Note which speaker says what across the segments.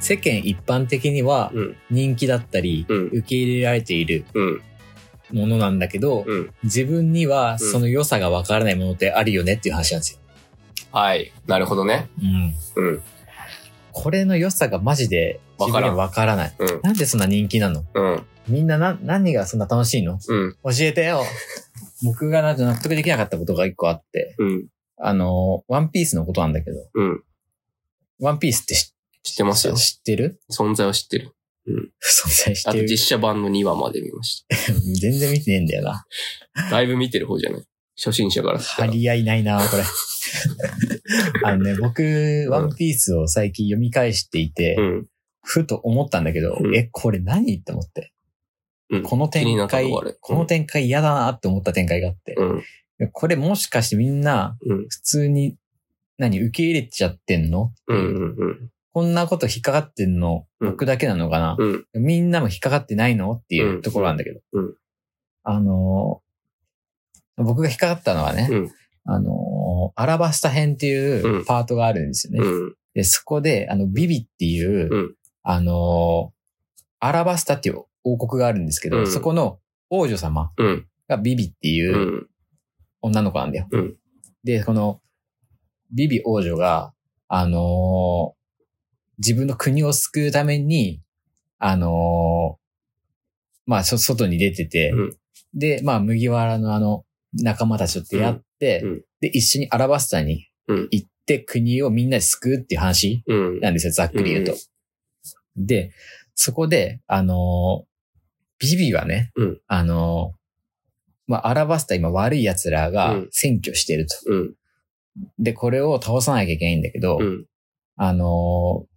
Speaker 1: 世間一般的には
Speaker 2: うん、
Speaker 1: 人気だったり、
Speaker 2: うん
Speaker 1: 受け入れられている
Speaker 2: うん、
Speaker 1: ものなんだけど、
Speaker 2: うん。
Speaker 1: 自分には
Speaker 2: うん
Speaker 1: その良さがわからないものってあるよねっていう話なんですよ。
Speaker 2: はい。なるほどね。
Speaker 1: うん。
Speaker 2: うん、
Speaker 1: これの良さがマジで
Speaker 2: わ
Speaker 1: 自
Speaker 2: か
Speaker 1: 分
Speaker 2: ら
Speaker 1: に
Speaker 2: ん
Speaker 1: はわからない。
Speaker 2: うん、
Speaker 1: なんでそんな人気なの
Speaker 2: うん、
Speaker 1: みんなな、何がそんな楽しいの
Speaker 2: うん、
Speaker 1: 教えて よ。僕がなんか納得できなかったことが一個あって、
Speaker 2: うん、
Speaker 1: あの、ワンピースのことなんだけど、
Speaker 2: うん。
Speaker 1: ワンピースって知
Speaker 2: 知ってますよ。
Speaker 1: 知ってる
Speaker 2: 存在を知ってる。
Speaker 1: 存在し
Speaker 2: あと
Speaker 1: てる。
Speaker 2: 実写版の2話まで見まし
Speaker 1: 全然見てねえんだよな。
Speaker 2: た。だいぶ見てる方じゃない初心者からした
Speaker 1: 張
Speaker 2: ら。
Speaker 1: り合いないな、 これ。あのね、僕、ワンピースを最近読み返していて、
Speaker 2: うん。
Speaker 1: ふと思ったんだけど、
Speaker 2: うん
Speaker 1: え、これ何って思って。
Speaker 2: うん
Speaker 1: この
Speaker 2: 気に
Speaker 1: 展
Speaker 2: なった
Speaker 1: 開、
Speaker 2: とこある
Speaker 1: この展開嫌だなって思った展開があって、
Speaker 2: うん、
Speaker 1: これもしかしてみんな
Speaker 2: うん、
Speaker 1: 普通に、何、受け入れちゃってんの
Speaker 2: うん、うん、うん、
Speaker 1: こんなこと引っかかってんの、
Speaker 2: うん
Speaker 1: 僕だけなのかな、
Speaker 2: うん、
Speaker 1: みんなも引っかかってないのっていうところなんだけど。
Speaker 2: うんうん
Speaker 1: あのー僕が引っかかったのはね、
Speaker 2: うん
Speaker 1: あのーアラバスタ編っていううんパートがあるんですよね。
Speaker 2: うん、
Speaker 1: で、そこで、あの、ビビっていう、
Speaker 2: うん
Speaker 1: あのーアラバスタっていう王国があるんですけど、
Speaker 2: うん
Speaker 1: そこの王女様
Speaker 2: うん、、
Speaker 1: がビビっていううん女の子なんだよ。
Speaker 2: うん
Speaker 1: で、この、ビビ王女が、あのー自分の国を救うために、あのーまあ、そ外に出てて、
Speaker 2: うん
Speaker 1: で、まあ、麦わらのあの、仲間たちと出会って、
Speaker 2: うんうん
Speaker 1: で、一緒にアラバスタに
Speaker 2: うん
Speaker 1: 行って、国をみんなで救うっていう話
Speaker 2: うん、
Speaker 1: なんですよ、ざっくり言うと。で、そこで、あのービビはね、
Speaker 2: うん
Speaker 1: あのーまあ、アラバスタ今悪い奴らが
Speaker 2: うん
Speaker 1: 占拠してると。
Speaker 2: うん、
Speaker 1: で、これを倒さなきゃいけないんだけど、
Speaker 2: うん、
Speaker 1: あのー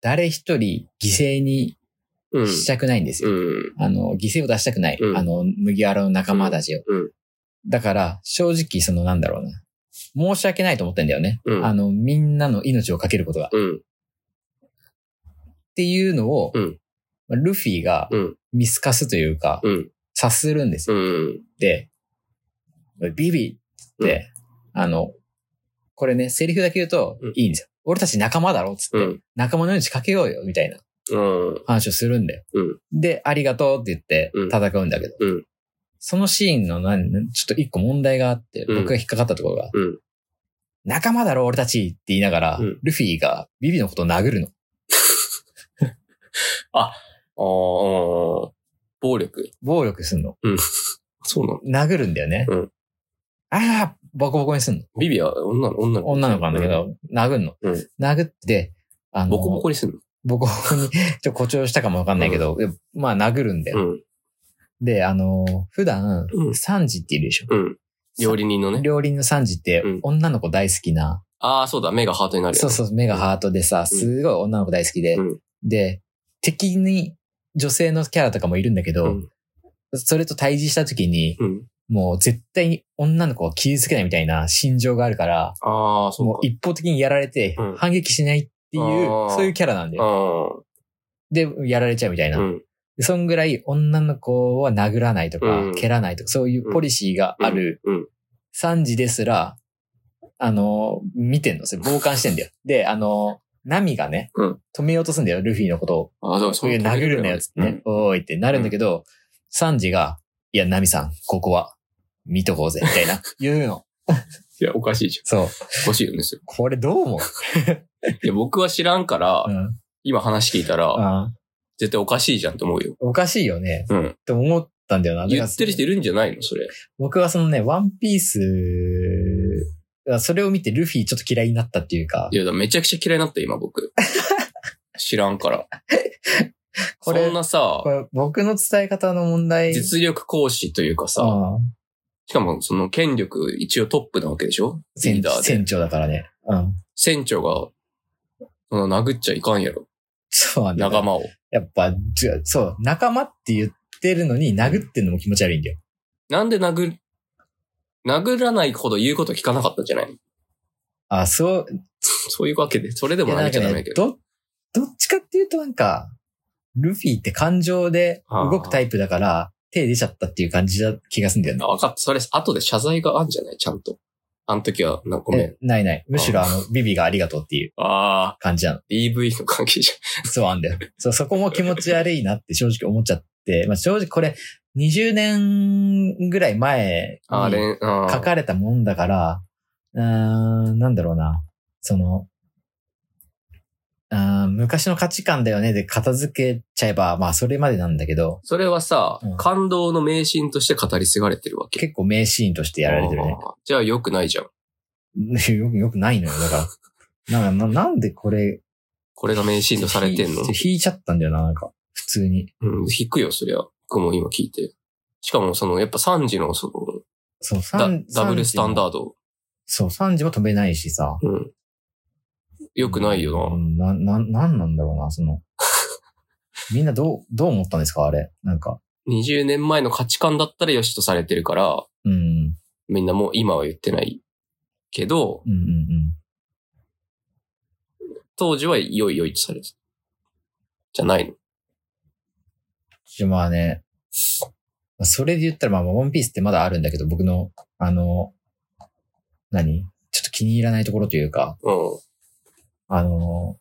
Speaker 1: 誰一人犠牲に
Speaker 2: うん、
Speaker 1: したくないんです
Speaker 2: う
Speaker 1: よ。
Speaker 2: ん、
Speaker 1: あの、犠牲を出したくない。
Speaker 2: うん
Speaker 1: あの、麦わらの仲間たちを。
Speaker 2: うん
Speaker 1: だから、正直、その、なんだろうな。申し訳ないと思ってんだよね。
Speaker 2: うん
Speaker 1: あの、みんなの命をかけることが。っ
Speaker 2: うん、
Speaker 1: ていうのを、
Speaker 2: うん
Speaker 1: まあルフィが
Speaker 2: うん、
Speaker 1: 見透かすというか、
Speaker 2: うん、
Speaker 1: 察するんですよ。
Speaker 2: うん、
Speaker 1: で、ビビって、あの、これね、セリフだけ言うと
Speaker 2: うん
Speaker 1: いいんですよ。俺たち仲間だろっつって、
Speaker 2: うん、
Speaker 1: 仲間の命かけようよ、みたいな
Speaker 2: うん、
Speaker 1: 話をするんだよ。
Speaker 2: うん
Speaker 1: で、ありがとうって言って
Speaker 2: うん
Speaker 1: 戦うんだけど、
Speaker 2: うん
Speaker 1: そのシーンの何、ちょっと一個問題があって、
Speaker 2: うん
Speaker 1: 僕が引っかかったところが、
Speaker 2: うん
Speaker 1: 仲間だろ、俺たちって言いながら、
Speaker 2: うん
Speaker 1: ルフィがビビのことを殴るの。
Speaker 2: ああ、暴力。
Speaker 1: 暴力すんの。
Speaker 2: そうなの
Speaker 1: 殴るんだよね。
Speaker 2: うん
Speaker 1: ああ、ボコボコにすんの。
Speaker 2: ビビは女の、女の子。
Speaker 1: 女の子なんだけど、殴んの、
Speaker 2: うん
Speaker 1: 殴って、あの、
Speaker 2: ボコボコにすんの。
Speaker 1: ボコボコに、ちょ っと誇張したかもわかんないけど、まあ殴るんだ
Speaker 2: う
Speaker 1: よ。
Speaker 2: ん、
Speaker 1: で、あのー、普段、
Speaker 2: うん
Speaker 1: サンジっているでしょ。
Speaker 2: うん。料理人のね。
Speaker 1: 料理人のサンジって
Speaker 2: うん、
Speaker 1: 女の子大好きな、
Speaker 2: ああ、そうだ、目がハートになるやつ。
Speaker 1: そうそう、目がハートでさ、すごい女の子大好きで、
Speaker 2: うん
Speaker 1: で、敵に女性のキャラとかもいるんだけど、
Speaker 2: うん
Speaker 1: それと対峙した時に、
Speaker 2: うん。
Speaker 1: もう絶対に女の子を傷つけないみたいな心情があるから、
Speaker 2: ああ、そう
Speaker 1: も
Speaker 2: か
Speaker 1: う。一方的にやられて
Speaker 2: うん
Speaker 1: 反撃しないっていう、
Speaker 2: あー
Speaker 1: そういうキャラなんで。
Speaker 2: う
Speaker 1: で、やられちゃうみたいな。
Speaker 2: ん。
Speaker 1: でそんぐらい女の子は殴らないとか、
Speaker 2: うん
Speaker 1: 蹴らないとか、そういうポリシーがある
Speaker 2: うんうん
Speaker 1: 3時ですら、あの、見てんの。それ傍観してんだよ。で、あの、ナミがね、
Speaker 2: うん
Speaker 1: 止めようとすんだよ、ルフィのことを。
Speaker 2: ああ、だから
Speaker 1: そういう殴るなよ、つってね。。おーいってなるんだけど、サンジが、いや、ナミさん、ここは、見とこうぜ、みたい な。言うの。
Speaker 2: いや、おかしいじゃん。
Speaker 1: そう。
Speaker 2: おかしいよね、 それ
Speaker 1: これどう思う
Speaker 2: いや、僕は知らんから、
Speaker 1: うん
Speaker 2: 今話聞いたら、
Speaker 1: あー
Speaker 2: 絶対おかしいじゃんって思うよ。
Speaker 1: おかしいよね。
Speaker 2: うん。
Speaker 1: って思ったんだよな。
Speaker 2: 言ってる人いるんじゃないのそれ。
Speaker 1: 僕はそのね、ワンピース、それを見てルフィちょっと嫌いになったっていうか
Speaker 2: い、や、だからめちゃくちゃ嫌いになった、今 僕。知らんから。
Speaker 1: こ
Speaker 2: そ
Speaker 1: れ
Speaker 2: んなさ
Speaker 1: こ、れ僕の伝え方の問題。
Speaker 2: 実力行使というかさ、
Speaker 1: うん
Speaker 2: しかもその権力一応トップなわけでしょリ
Speaker 1: 船
Speaker 2: ーダーで。
Speaker 1: 船長だからね。うん。
Speaker 2: 船長が、その殴っちゃいかんやろ。
Speaker 1: そうなんだよ。
Speaker 2: 仲間を。
Speaker 1: やっぱ、じゅそう、仲間って言ってるのに殴ってんのも気持ち悪いんだよ。
Speaker 2: なんで殴る、殴らないほど言うこと聞かなかったんじゃないの
Speaker 1: あ、そう、
Speaker 2: そういうわけで、それで
Speaker 1: い
Speaker 2: も
Speaker 1: やな
Speaker 2: 殴
Speaker 1: ん
Speaker 2: っち
Speaker 1: か
Speaker 2: ゃダメ
Speaker 1: ね
Speaker 2: だけ、ど。
Speaker 1: ど、どっちかっていうとなんか、ルフィって感情で動くタイプだから、手出ちゃったっていう感じだ気がするんだよね。
Speaker 2: あ分かった。それ、後で謝罪があるんじゃないちゃんと。あの時は、なんかごめん。
Speaker 1: えないない。むしろあの、ビビがありがとうっていう
Speaker 2: ああ、
Speaker 1: 感じなの。
Speaker 2: DV の関係じ
Speaker 1: そうなんだよ。そう、そこも気持ち悪いなって正直思っちゃって、まあ正直これ、20年ぐらい前
Speaker 2: ゃん。ああ、
Speaker 1: に
Speaker 2: れん、ああ。
Speaker 1: 書かれたもんだから、うーん、なんだろうな。その、あー昔の価値観だよねで片付けちゃえば、まあそれまでなんだけど、
Speaker 2: それはさ、
Speaker 1: うん
Speaker 2: 感動の迷信として語り継がれてるわけ。
Speaker 1: 結構名シーンとしてやられてるね。
Speaker 2: あー。じゃあ良くないじゃん。
Speaker 1: よく、よくないのよ。だから。なんか、ななんでこれ、
Speaker 2: これが迷信とされ てんの
Speaker 1: ひ引いちゃったんだよな、なんか。普通に。
Speaker 2: うん、引くよ、そりゃ。僕も今聞いて。しかも、その、やっぱ3時の、そ
Speaker 1: そう、
Speaker 2: の、ダ
Speaker 1: 三
Speaker 2: ダブルスタン
Speaker 1: ー
Speaker 2: ダード。
Speaker 1: そう、3時も飛べないしさ。
Speaker 2: うん。良くないよな。
Speaker 1: うんな。な、なんなんだろうな、そ の。みんなどう、どう思ったんですか、あれ。なんか。
Speaker 2: 20年前の価値観だったら良しとされてるから、
Speaker 1: うん、うん
Speaker 2: みんなもう今は言ってないけど、、
Speaker 1: うん、うん。
Speaker 2: 当時は良い良いとされてた。じゃないの。
Speaker 1: ちょまあね、まあそれで言ったら、まあ、ワンピースってまだあるんだけど、僕の、あの、何ちょっと気に入らないところというか、
Speaker 2: うん。
Speaker 1: あの、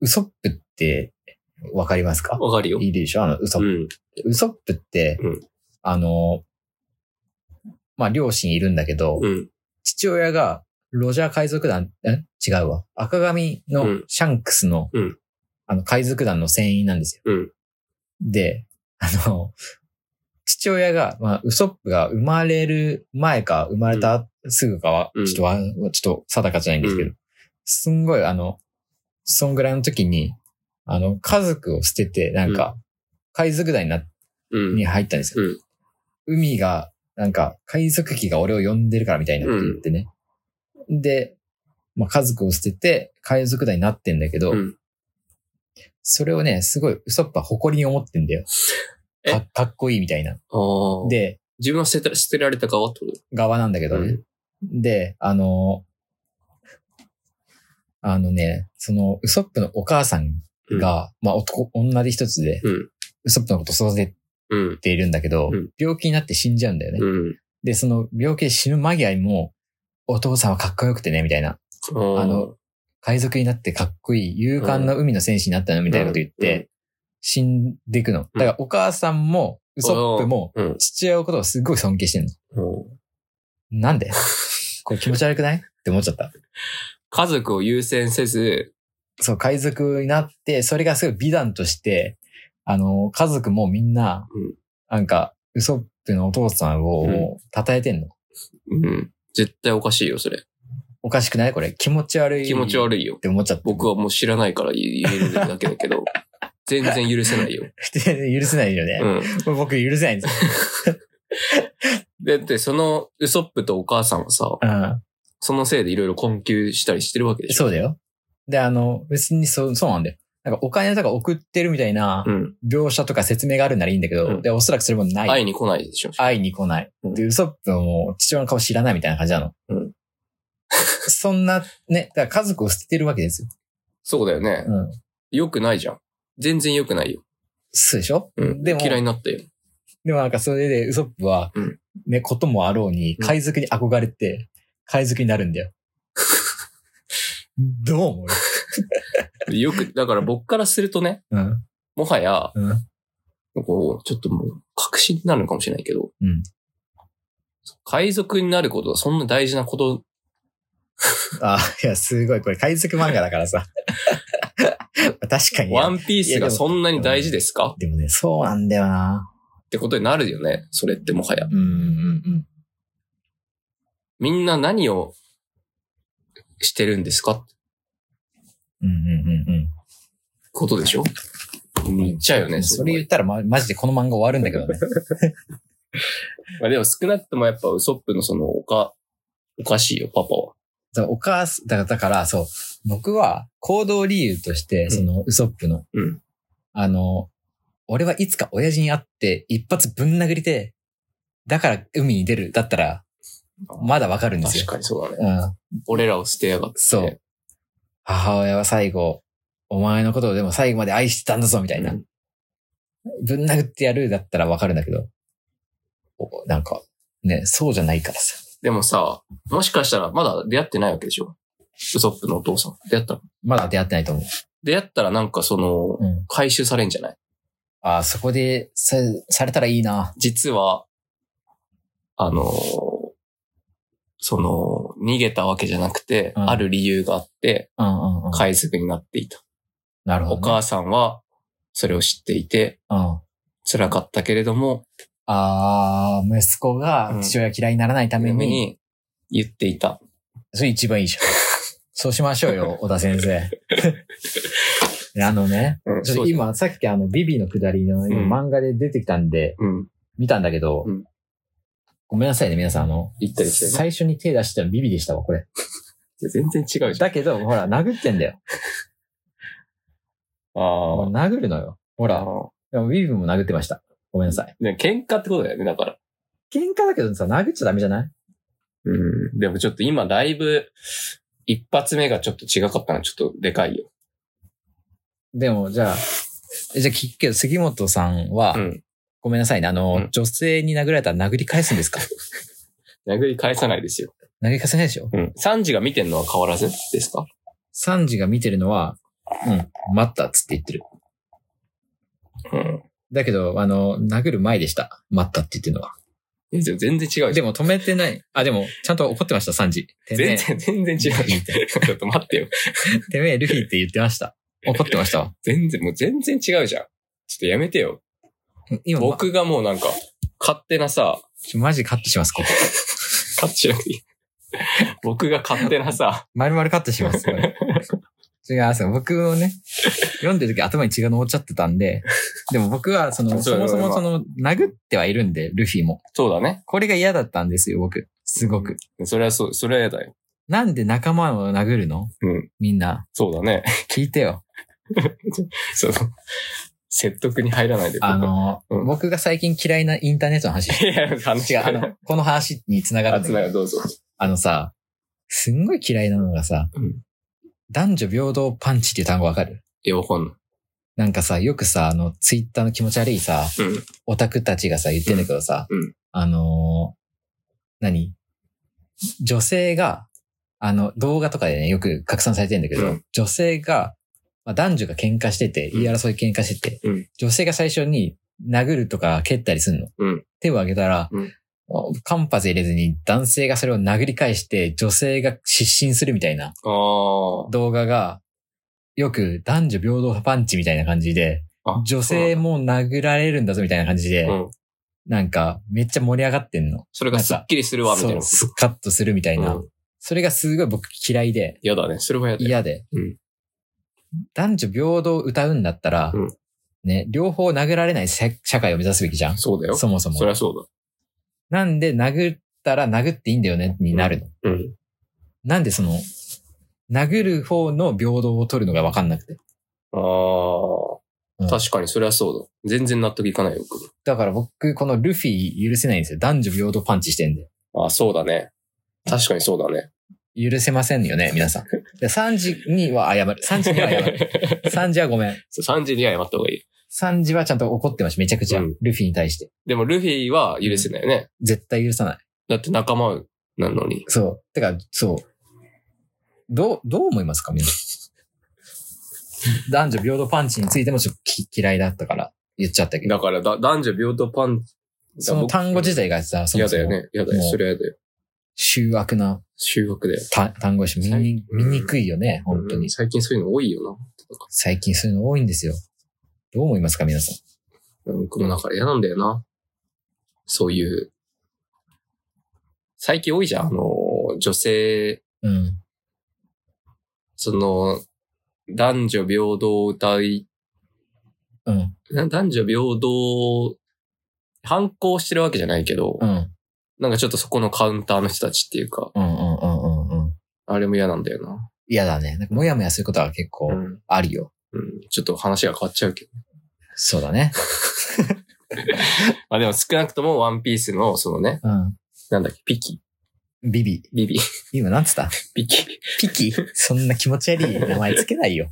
Speaker 1: ウソップって、わかりますか
Speaker 2: わかるよ。
Speaker 1: いいでしょあの、ウソ
Speaker 2: う
Speaker 1: ップ。
Speaker 2: ん。
Speaker 1: ウソップって、
Speaker 2: うん
Speaker 1: あの、まあ、両親いるんだけど、
Speaker 2: うん。
Speaker 1: 父親が、ロジャー海賊団、え違うわ。赤髪
Speaker 2: う
Speaker 1: の
Speaker 2: ん
Speaker 1: シャンクスの、
Speaker 2: うん
Speaker 1: あの、海賊団の船員なんですよ。
Speaker 2: うん。
Speaker 1: で、あの、父親が、まあ、ウソップが生まれる前か、生まれたすぐかは、
Speaker 2: うん
Speaker 1: ちょっとわ、ちょっと定かじゃないんですけど、
Speaker 2: う
Speaker 1: すんごい、あの、そんぐらいの時に、あの、家族を捨てて、なんか、海賊団になっ
Speaker 2: うん
Speaker 1: に。入ったんですよ。
Speaker 2: うん
Speaker 1: 海が、なんか、海賊機が俺を呼んでるからみたいなって言ってね。で、まあ、家族を捨てて、海賊団になってんだけど、
Speaker 2: うん
Speaker 1: それをね、すごい、ウソップは誇りに思ってんだよ。
Speaker 2: え
Speaker 1: かかっこいいみたいな。
Speaker 2: ああ。で、
Speaker 1: で、
Speaker 2: 自分は捨てた捨てられた側ってこ
Speaker 1: 側なんだけ
Speaker 2: と
Speaker 1: どね。で、あのあのね、その、ウソップのお母さん
Speaker 2: うん。
Speaker 1: が、まあ、男、女で一つで、
Speaker 2: うん
Speaker 1: ウソップのこと育て
Speaker 2: うん。
Speaker 1: ているんだけど、
Speaker 2: うん
Speaker 1: 病気になって死んじゃうんだよね。
Speaker 2: うん。
Speaker 1: で、その病気で死ぬ間際にも、お父さんはかっこよくてね、みたいな。
Speaker 2: ー
Speaker 1: あの、海賊になってかっこいい、勇敢な海の戦士になったの、みたいなこと言って、死んでいくの。だからお母さんも、ウソップも、
Speaker 2: うん、
Speaker 1: 父親のことをすごい尊敬してる
Speaker 2: うん。
Speaker 1: の。なん でこれ気持ち悪くないって思っちゃった。
Speaker 2: 家族を優先せず、
Speaker 1: そう、海賊になって、それがすごい美談として、あの、家族もみんな、
Speaker 2: うん
Speaker 1: なんか、ウソップのお父さん
Speaker 2: うん
Speaker 1: を、称えてんの。
Speaker 2: うん。絶対おかしいよ、それ。
Speaker 1: おかしくないこれ。気持ち悪い。
Speaker 2: 気持ち
Speaker 1: い。
Speaker 2: 悪いよ
Speaker 1: っ。て思っちゃった。
Speaker 2: 僕はもう知らないから言えるだけだけど、全然許せないよ。
Speaker 1: 許せないよね。
Speaker 2: うん。
Speaker 1: こ れ僕許せないんですよ。
Speaker 2: だって、そのウソップとお母さんはさ、
Speaker 1: うん。
Speaker 2: そのせいでいろいろ困窮したりしてるわけでしょ。
Speaker 1: そうだよ。で、あの、別にそう、そうなんだよ。なんかお金とか送ってるみたいな
Speaker 2: うん。
Speaker 1: 描写とか説明があるならいいんだけど、
Speaker 2: うん
Speaker 1: で、おそらくそれもない。
Speaker 2: 会いに来ないでしょ。
Speaker 1: 会いに来ない。
Speaker 2: うん
Speaker 1: で、ウソップはもう父親の顔知らないみたいな感じなの。
Speaker 2: うん。
Speaker 1: そんな、ね、だから家族を捨ててるわけですよ。
Speaker 2: そうだよね。
Speaker 1: うん。
Speaker 2: 良くないじゃん。全然良くないよ。
Speaker 1: そうでしょ
Speaker 2: うん。
Speaker 1: でも
Speaker 2: 嫌いになったよ。
Speaker 1: でもなんかそれでウソップは、
Speaker 2: うん
Speaker 1: ね、こともあろうに、
Speaker 2: うん
Speaker 1: 海賊に憧れて、海賊になるん だよ。どう思う
Speaker 2: よく、だから僕からするとね、
Speaker 1: うん。
Speaker 2: もはや、
Speaker 1: うん。
Speaker 2: こう、ちょっともう、確信になるのかもしれないけど、
Speaker 1: うん
Speaker 2: 海賊になることがそんな大事なこと、
Speaker 1: あ、いや、すごい。これ、海賊漫画だから さ。確かに。
Speaker 2: ワンピース
Speaker 1: いや
Speaker 2: が
Speaker 1: でも
Speaker 2: そんなに大事ですか
Speaker 1: でもね、そうなんだよな。
Speaker 2: ってことになるよね。それってもはや
Speaker 1: う。ん、うん、
Speaker 2: みんな何をしてるんですかって
Speaker 1: うん。うん、うん、うん。
Speaker 2: ことでしょ言っちゃうよね。
Speaker 1: そ
Speaker 2: こ
Speaker 1: れ
Speaker 2: は
Speaker 1: 言ったら、ま、マジでこの漫画終わるんだけど ね。
Speaker 2: まあでも少なくともやっぱウソップのそのおか、おかしいよ、パパは。
Speaker 1: だからお母さん、だから、だからそう、僕は行動理由として、
Speaker 2: ん
Speaker 1: その、ウソップの、
Speaker 2: うん
Speaker 1: あの、俺はいつか親父に会って、一発ぶん殴りて、だから海に出る、だったら、まだわかるんですよ
Speaker 2: 確。かにそうだね。
Speaker 1: うん。
Speaker 2: 俺らを捨てやがって。
Speaker 1: そう。母親は最後、お前のことをでも最後まで愛してたんだぞ、みたいな
Speaker 2: うん。
Speaker 1: ぶん殴ってやるだったらわかるんだけど、おなんか、ね、そうじゃないからさ。
Speaker 2: でもさ、もしかしたらまだ出会ってないわけでしょウソップのお父さん。出会ったの
Speaker 1: まだ出会ってないと思う。
Speaker 2: 出会ったらなんかその、
Speaker 1: うん。
Speaker 2: 回収されんじゃない
Speaker 1: ああ、そこでさ、されたらいいな。
Speaker 2: 実は、あのーその、逃げたわけじゃなくて、
Speaker 1: うん
Speaker 2: ある理由があって、
Speaker 1: うんうんうん。
Speaker 2: 海賊になっていた。
Speaker 1: なるほど、
Speaker 2: お
Speaker 1: ね。
Speaker 2: 母さんは、それを知っていて、
Speaker 1: うん。
Speaker 2: 辛かったけれども、
Speaker 1: ああ、息子が父親嫌いにならないため
Speaker 2: 夢
Speaker 1: に、
Speaker 2: に言っていた。
Speaker 1: それ一番い いじゃん。そうしましょうよ、小田先 生。あのね、
Speaker 2: うん
Speaker 1: ちょっと今、さっきあの、ビビのくだりの今
Speaker 2: うん
Speaker 1: 漫画で出てきたんで、
Speaker 2: うん。
Speaker 1: 見たんだけど、
Speaker 2: うん
Speaker 1: ごめんなさいね、皆さん。あの、
Speaker 2: 行ったりしてね。
Speaker 1: 最初に手出したのビビでしたわ、これ。
Speaker 2: 全然違うじゃん。
Speaker 1: だけど、ほら、殴ってん だよ。
Speaker 2: ああ。
Speaker 1: 殴るのよ。ほ
Speaker 2: ほ
Speaker 1: ら、でもビビも殴ってました。ごめんなさい。
Speaker 2: ね、喧嘩ってことだよね、だから。
Speaker 1: 喧嘩だけどさ、殴っちゃダメじゃない
Speaker 2: うん。でもちょっと今だいぶ、一発目がちょっと違かったのはちょっとでかいよ。
Speaker 1: でも、じゃあ、えじゃあ聞くけど、杉本さんは、
Speaker 2: うん。
Speaker 1: ごめんなさいね、あの、
Speaker 2: うん
Speaker 1: 女性に殴られたら殴り返すんですか
Speaker 2: 殴り返さないですよ。
Speaker 1: 殴り返せないでしょ
Speaker 2: うん。サンジが見てんのは変わらずですか
Speaker 1: サンジが見てるのは、うん、待ったっつって言ってる。
Speaker 2: うん。
Speaker 1: だけど、あの、殴る前でした。待ったって言ってるのは。
Speaker 2: いやでも全然違うじ
Speaker 1: で
Speaker 2: ゃん。
Speaker 1: も止めてない。あ、でも、ちゃんと怒ってました、サンジ。てめえ
Speaker 2: 全然、全然違う じゃん。ちょっと待ってよ。
Speaker 1: てめえ、ルフィって言ってました。 怒ってましたわ。
Speaker 2: 全然、もう全然違うじゃん。ちょっとやめてよ。
Speaker 1: 今、ま
Speaker 2: 僕がもうなんか、勝手なさ、
Speaker 1: マジカットします、ここ。
Speaker 2: 勝手じゃなくていい。 僕が勝手なさ、
Speaker 1: 丸々カットします、これ。違う、そう僕をね、読んでる時頭に血が上っちゃってたんで、でも僕は、その、そ
Speaker 2: そうだ
Speaker 1: も
Speaker 2: ね
Speaker 1: そもその、殴ってはいるんで、ルフィも。
Speaker 2: そうだね。
Speaker 1: これが嫌だったんですよ、僕。すごく。
Speaker 2: それはそう、それは嫌だよ。
Speaker 1: なんで仲間を殴るの
Speaker 2: うん。
Speaker 1: みんな。
Speaker 2: そうだね。
Speaker 1: 聞いてよ。
Speaker 2: その、説得に入らないで。
Speaker 1: あの、
Speaker 2: うん
Speaker 1: 僕が最近嫌いなインターネットの話。
Speaker 2: 僕は、いや、話
Speaker 1: 違う、
Speaker 2: が
Speaker 1: あの、この話に繋がるんだけ
Speaker 2: 集
Speaker 1: ど
Speaker 2: まるどうぞ。
Speaker 1: あのさ、すんごい嫌いなのがさ、
Speaker 2: うん
Speaker 1: 男女平等パンチっていう単語わかる
Speaker 2: いや、わかんない。
Speaker 1: なんかさ、よくさ、あの、ツイッターの気持ち悪いさ、
Speaker 2: うん。
Speaker 1: オタクたちがさ、言ってんだけどさ、
Speaker 2: うんうん
Speaker 1: あのー何女性が、あの、動画とかでね、よく拡散されてんだけど、
Speaker 2: うん
Speaker 1: 女性が、まあ、男女が喧嘩してて、
Speaker 2: うん
Speaker 1: 言い争い喧嘩してて、
Speaker 2: うん
Speaker 1: 女性が最初に殴るとか蹴ったりするの。
Speaker 2: うん
Speaker 1: 手を挙げたら、
Speaker 2: うん
Speaker 1: 間髪入れずに男性がそれを殴り返して、女性が失神するみたいな
Speaker 2: あー
Speaker 1: 動画が、よく男女平等パンチみたいな感じで、
Speaker 2: あ。
Speaker 1: 女性も殴られるんだぞみたいな感じで、
Speaker 2: うん。
Speaker 1: なんか、めっちゃ盛り上がってんの。
Speaker 2: それがスッキリするわ、みたい
Speaker 1: そ
Speaker 2: な
Speaker 1: う、。スカッとするみたいな。
Speaker 2: うん
Speaker 1: それがすごい僕嫌いで、
Speaker 2: 嫌だね。それは嫌だよ。
Speaker 1: 嫌で。
Speaker 2: うん
Speaker 1: 男女平等を歌うんだったら、
Speaker 2: うん
Speaker 1: ね、両方殴られない社社会を目指すべきじゃん。
Speaker 2: そうだよ。
Speaker 1: そもそも
Speaker 2: そり。ゃそう
Speaker 1: なんで殴ったら殴っていいんだよねになるの。
Speaker 2: だ。うん。
Speaker 1: なんでその、殴る方の平等を取るのがわかんなくて。
Speaker 2: あ
Speaker 1: うん
Speaker 2: あ。確かに、そりゃそうだ。全然納得いかないよ、僕。
Speaker 1: だから僕、このルフィ許せないんですよ。男女平等パンチしてんで。
Speaker 2: あ、そうだね。確かにそうだね。
Speaker 1: 許せませんよね、皆さん。で3時には謝る。3時には謝 る。3時はごめん。
Speaker 2: 3時には謝った方がいい。
Speaker 1: サンジはちゃんと怒ってました。めちゃくちゃ。
Speaker 2: うん
Speaker 1: ルフィに対して。
Speaker 2: でも、ルフィは許せないよね。
Speaker 1: 絶対許さない。
Speaker 2: だって仲間なのに。
Speaker 1: そう。てか、そう。どう、どう思いますかみんな。男女平等パンチについてもちょっとき嫌いだったから言っちゃったけど。
Speaker 2: だからだ、男女平等パンチ。
Speaker 1: その単語自体がさ、そも
Speaker 2: 嫌
Speaker 1: そ
Speaker 2: だ
Speaker 1: も
Speaker 2: よね。嫌だよ。
Speaker 1: もう
Speaker 2: それ嫌だよ。
Speaker 1: 醜悪な
Speaker 2: 修学で。
Speaker 1: 単単語詞見に、
Speaker 2: うん
Speaker 1: 見にくいよね、本当
Speaker 2: う
Speaker 1: に
Speaker 2: ん。最近そういうの多いよ
Speaker 1: 最近そういうの多いんですよ。どう思いますか皆さん。
Speaker 2: な。うん、この中嫌なんだよな。そういう。最近多いじゃん。あの、女性、
Speaker 1: うん。
Speaker 2: その、男女平等を歌い、
Speaker 1: うん。
Speaker 2: な男女平等、反抗してるわけじゃないけど、
Speaker 1: うん。
Speaker 2: なんかちょっとそこのカウンターの人たちっていうか、
Speaker 1: うん。うん。うん。うん。うん。
Speaker 2: あれも嫌なんだよな。
Speaker 1: 嫌だね。なんか、もやもやすることは結構
Speaker 2: うん。
Speaker 1: あるよ。
Speaker 2: うん。ちょっと話が変わっちゃうけど。
Speaker 1: そうだね。
Speaker 2: まあでも少なくともワンピースの、そのね、
Speaker 1: うん。
Speaker 2: なんだっけ、ピキ、
Speaker 1: ビビ。
Speaker 2: ビ ビ、
Speaker 1: 今なんつった
Speaker 2: ピキ。
Speaker 1: ピキそんな気持ち悪い名前つけないよ。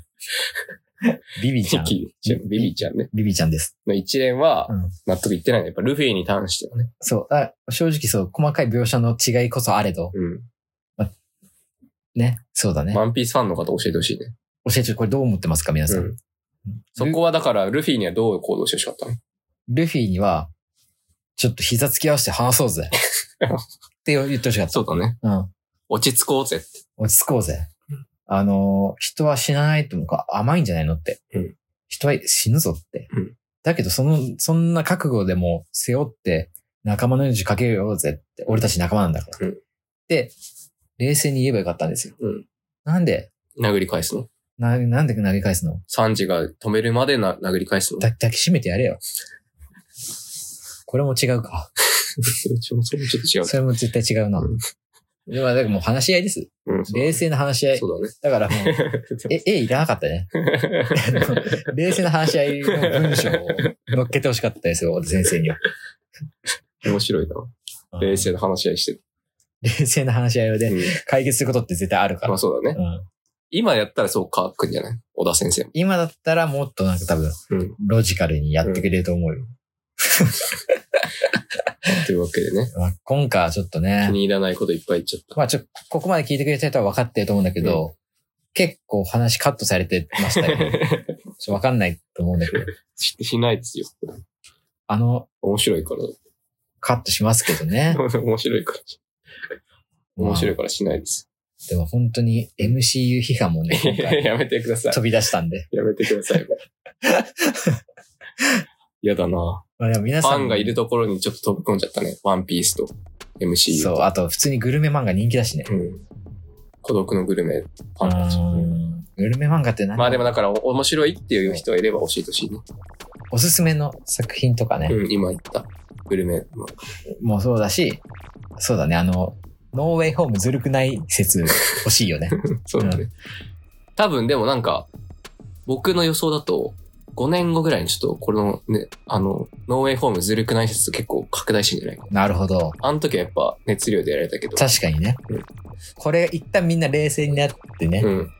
Speaker 1: ビビちゃん。
Speaker 2: ミキちゃんビビちゃんね。
Speaker 1: ビビちゃんです。
Speaker 2: の一連は
Speaker 1: うん、
Speaker 2: 納得いってないね。やっぱルフィに関してはね。
Speaker 1: そう。あ正直そう、細かい描写の違いこそあれど。
Speaker 2: う
Speaker 1: ね。そうだね
Speaker 2: ん。。ワンピースファンの方教えてほしいね。
Speaker 1: 教えて、これどう思ってますか皆さ。
Speaker 2: うんん。そこはだから、ルフィにはどう行動してほしかったの
Speaker 1: ルフィには、ちょっと膝つき合わせて話そう ぜ。って言ってほしかっ
Speaker 2: そうだね。
Speaker 1: た。うん。
Speaker 2: 落ち着こうぜって。
Speaker 1: 落ち着こうぜ。あのー、人は死なないとか甘いんじゃないのって。
Speaker 2: うん
Speaker 1: 人は死ぬぞって。
Speaker 2: うん
Speaker 1: だけど、その、そんな覚悟でも背負って仲間の命かけるよぜって。俺たち仲間なんだから。
Speaker 2: うん
Speaker 1: で、冷静に言えばよかったんですよ。
Speaker 2: うん
Speaker 1: なんで、
Speaker 2: 殴り返すの。
Speaker 1: な、なんで投げ返すの
Speaker 2: サンジが止めるまでな殴り返すの。
Speaker 1: だ抱きしめてやれよ。これも違うか。
Speaker 2: うちもそれもちょっと違う。
Speaker 1: それも絶対違うな。
Speaker 2: うん
Speaker 1: でも、だからもう話し合いです。
Speaker 2: うん、そう
Speaker 1: 冷静な話し合い。
Speaker 2: そうだね。
Speaker 1: だからもう、え、え、いらなかった ね。冷静な話し合いの文章を乗っけてほしかったですよ、先生には。
Speaker 2: 面白いな。 冷静な話し合いしてる。
Speaker 1: 冷静な話し合いで
Speaker 2: う
Speaker 1: 解決することって絶対あるか
Speaker 2: ん、ま
Speaker 1: ら
Speaker 2: あ。そうだね。
Speaker 1: うん
Speaker 2: 今やったらそうか、くんじゃない小田先生も。
Speaker 1: 今だったらもっとなんか多分、
Speaker 2: うん。
Speaker 1: ロジカルにやってくれると思うよ。
Speaker 2: というわけでね。
Speaker 1: まあ今回はちょっと
Speaker 2: 気
Speaker 1: ね、
Speaker 2: に入らないこといっぱい言っちゃった。
Speaker 1: まあちょ、ここまで聞いてくれた人は分かってると思うんだけど、結構話カットされてましたけど、ちょっと 分かんないと思うんだけど、
Speaker 2: ししないですよ。
Speaker 1: あの、
Speaker 2: 面白いから。
Speaker 1: カットしますけどね。
Speaker 2: 面白いから。 面白いからしないです。
Speaker 1: でも本当に MCU 批判もね、今回
Speaker 2: やめてくだ さい
Speaker 1: 飛。び出したんで。
Speaker 2: やめてくださ い。嫌だな
Speaker 1: まあでも皆
Speaker 2: フ
Speaker 1: さん。
Speaker 2: ァンがいるところにちょっと飛び込んじゃったね。ワンピースと MCU。
Speaker 1: そう、あと普通にグルメ漫画人気だしね。
Speaker 2: うん。孤独のグルメファンたち。うん
Speaker 1: うんグルメ漫画って何
Speaker 2: まあでもだからお面白いっていう人がいれば教えてほしいね。
Speaker 1: おすすめの作品とかね、
Speaker 2: うん、今言ったグルメも。
Speaker 1: もうそうだし、そうだね、あの、ノーウェイホームずるくない説欲しいよね。
Speaker 2: そうだね。多分でもなんか、僕の予想だと、5年後ぐらいにちょっとこのね、あの、ノーウェイホームずるくない説結構拡大してんじゃないかな。
Speaker 1: なるほど。
Speaker 2: あの時はやっぱ熱量でやられたけど。
Speaker 1: 確かにね
Speaker 2: うん。
Speaker 1: これ一旦みんな冷静になってね。
Speaker 2: うん。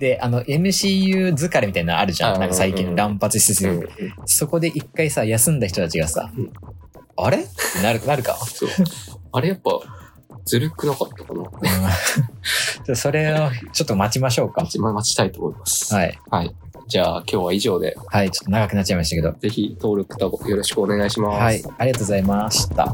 Speaker 1: で、あの、MCU 疲れみたいなのあるじゃ
Speaker 2: あ
Speaker 1: ん。なんか最
Speaker 2: うんうん
Speaker 1: 近乱発し
Speaker 2: う
Speaker 1: て
Speaker 2: ん
Speaker 1: て。。そこで一回さ、休んだ人たちがさ
Speaker 2: うん、
Speaker 1: あれってなる、なるか。
Speaker 2: そう。あれやっぱ、ずるくなかったか な。
Speaker 1: うんちょっとそれをちょっと待ちましょうか
Speaker 2: 待。ち待ちたいと思います。
Speaker 1: はい。
Speaker 2: はい。じゃあ今日は以上で、
Speaker 1: はい、ちょっと長くなっちゃいましたけど。
Speaker 2: ぜひ登録タブよろしくお願いします。
Speaker 1: はい、ありがとうございました。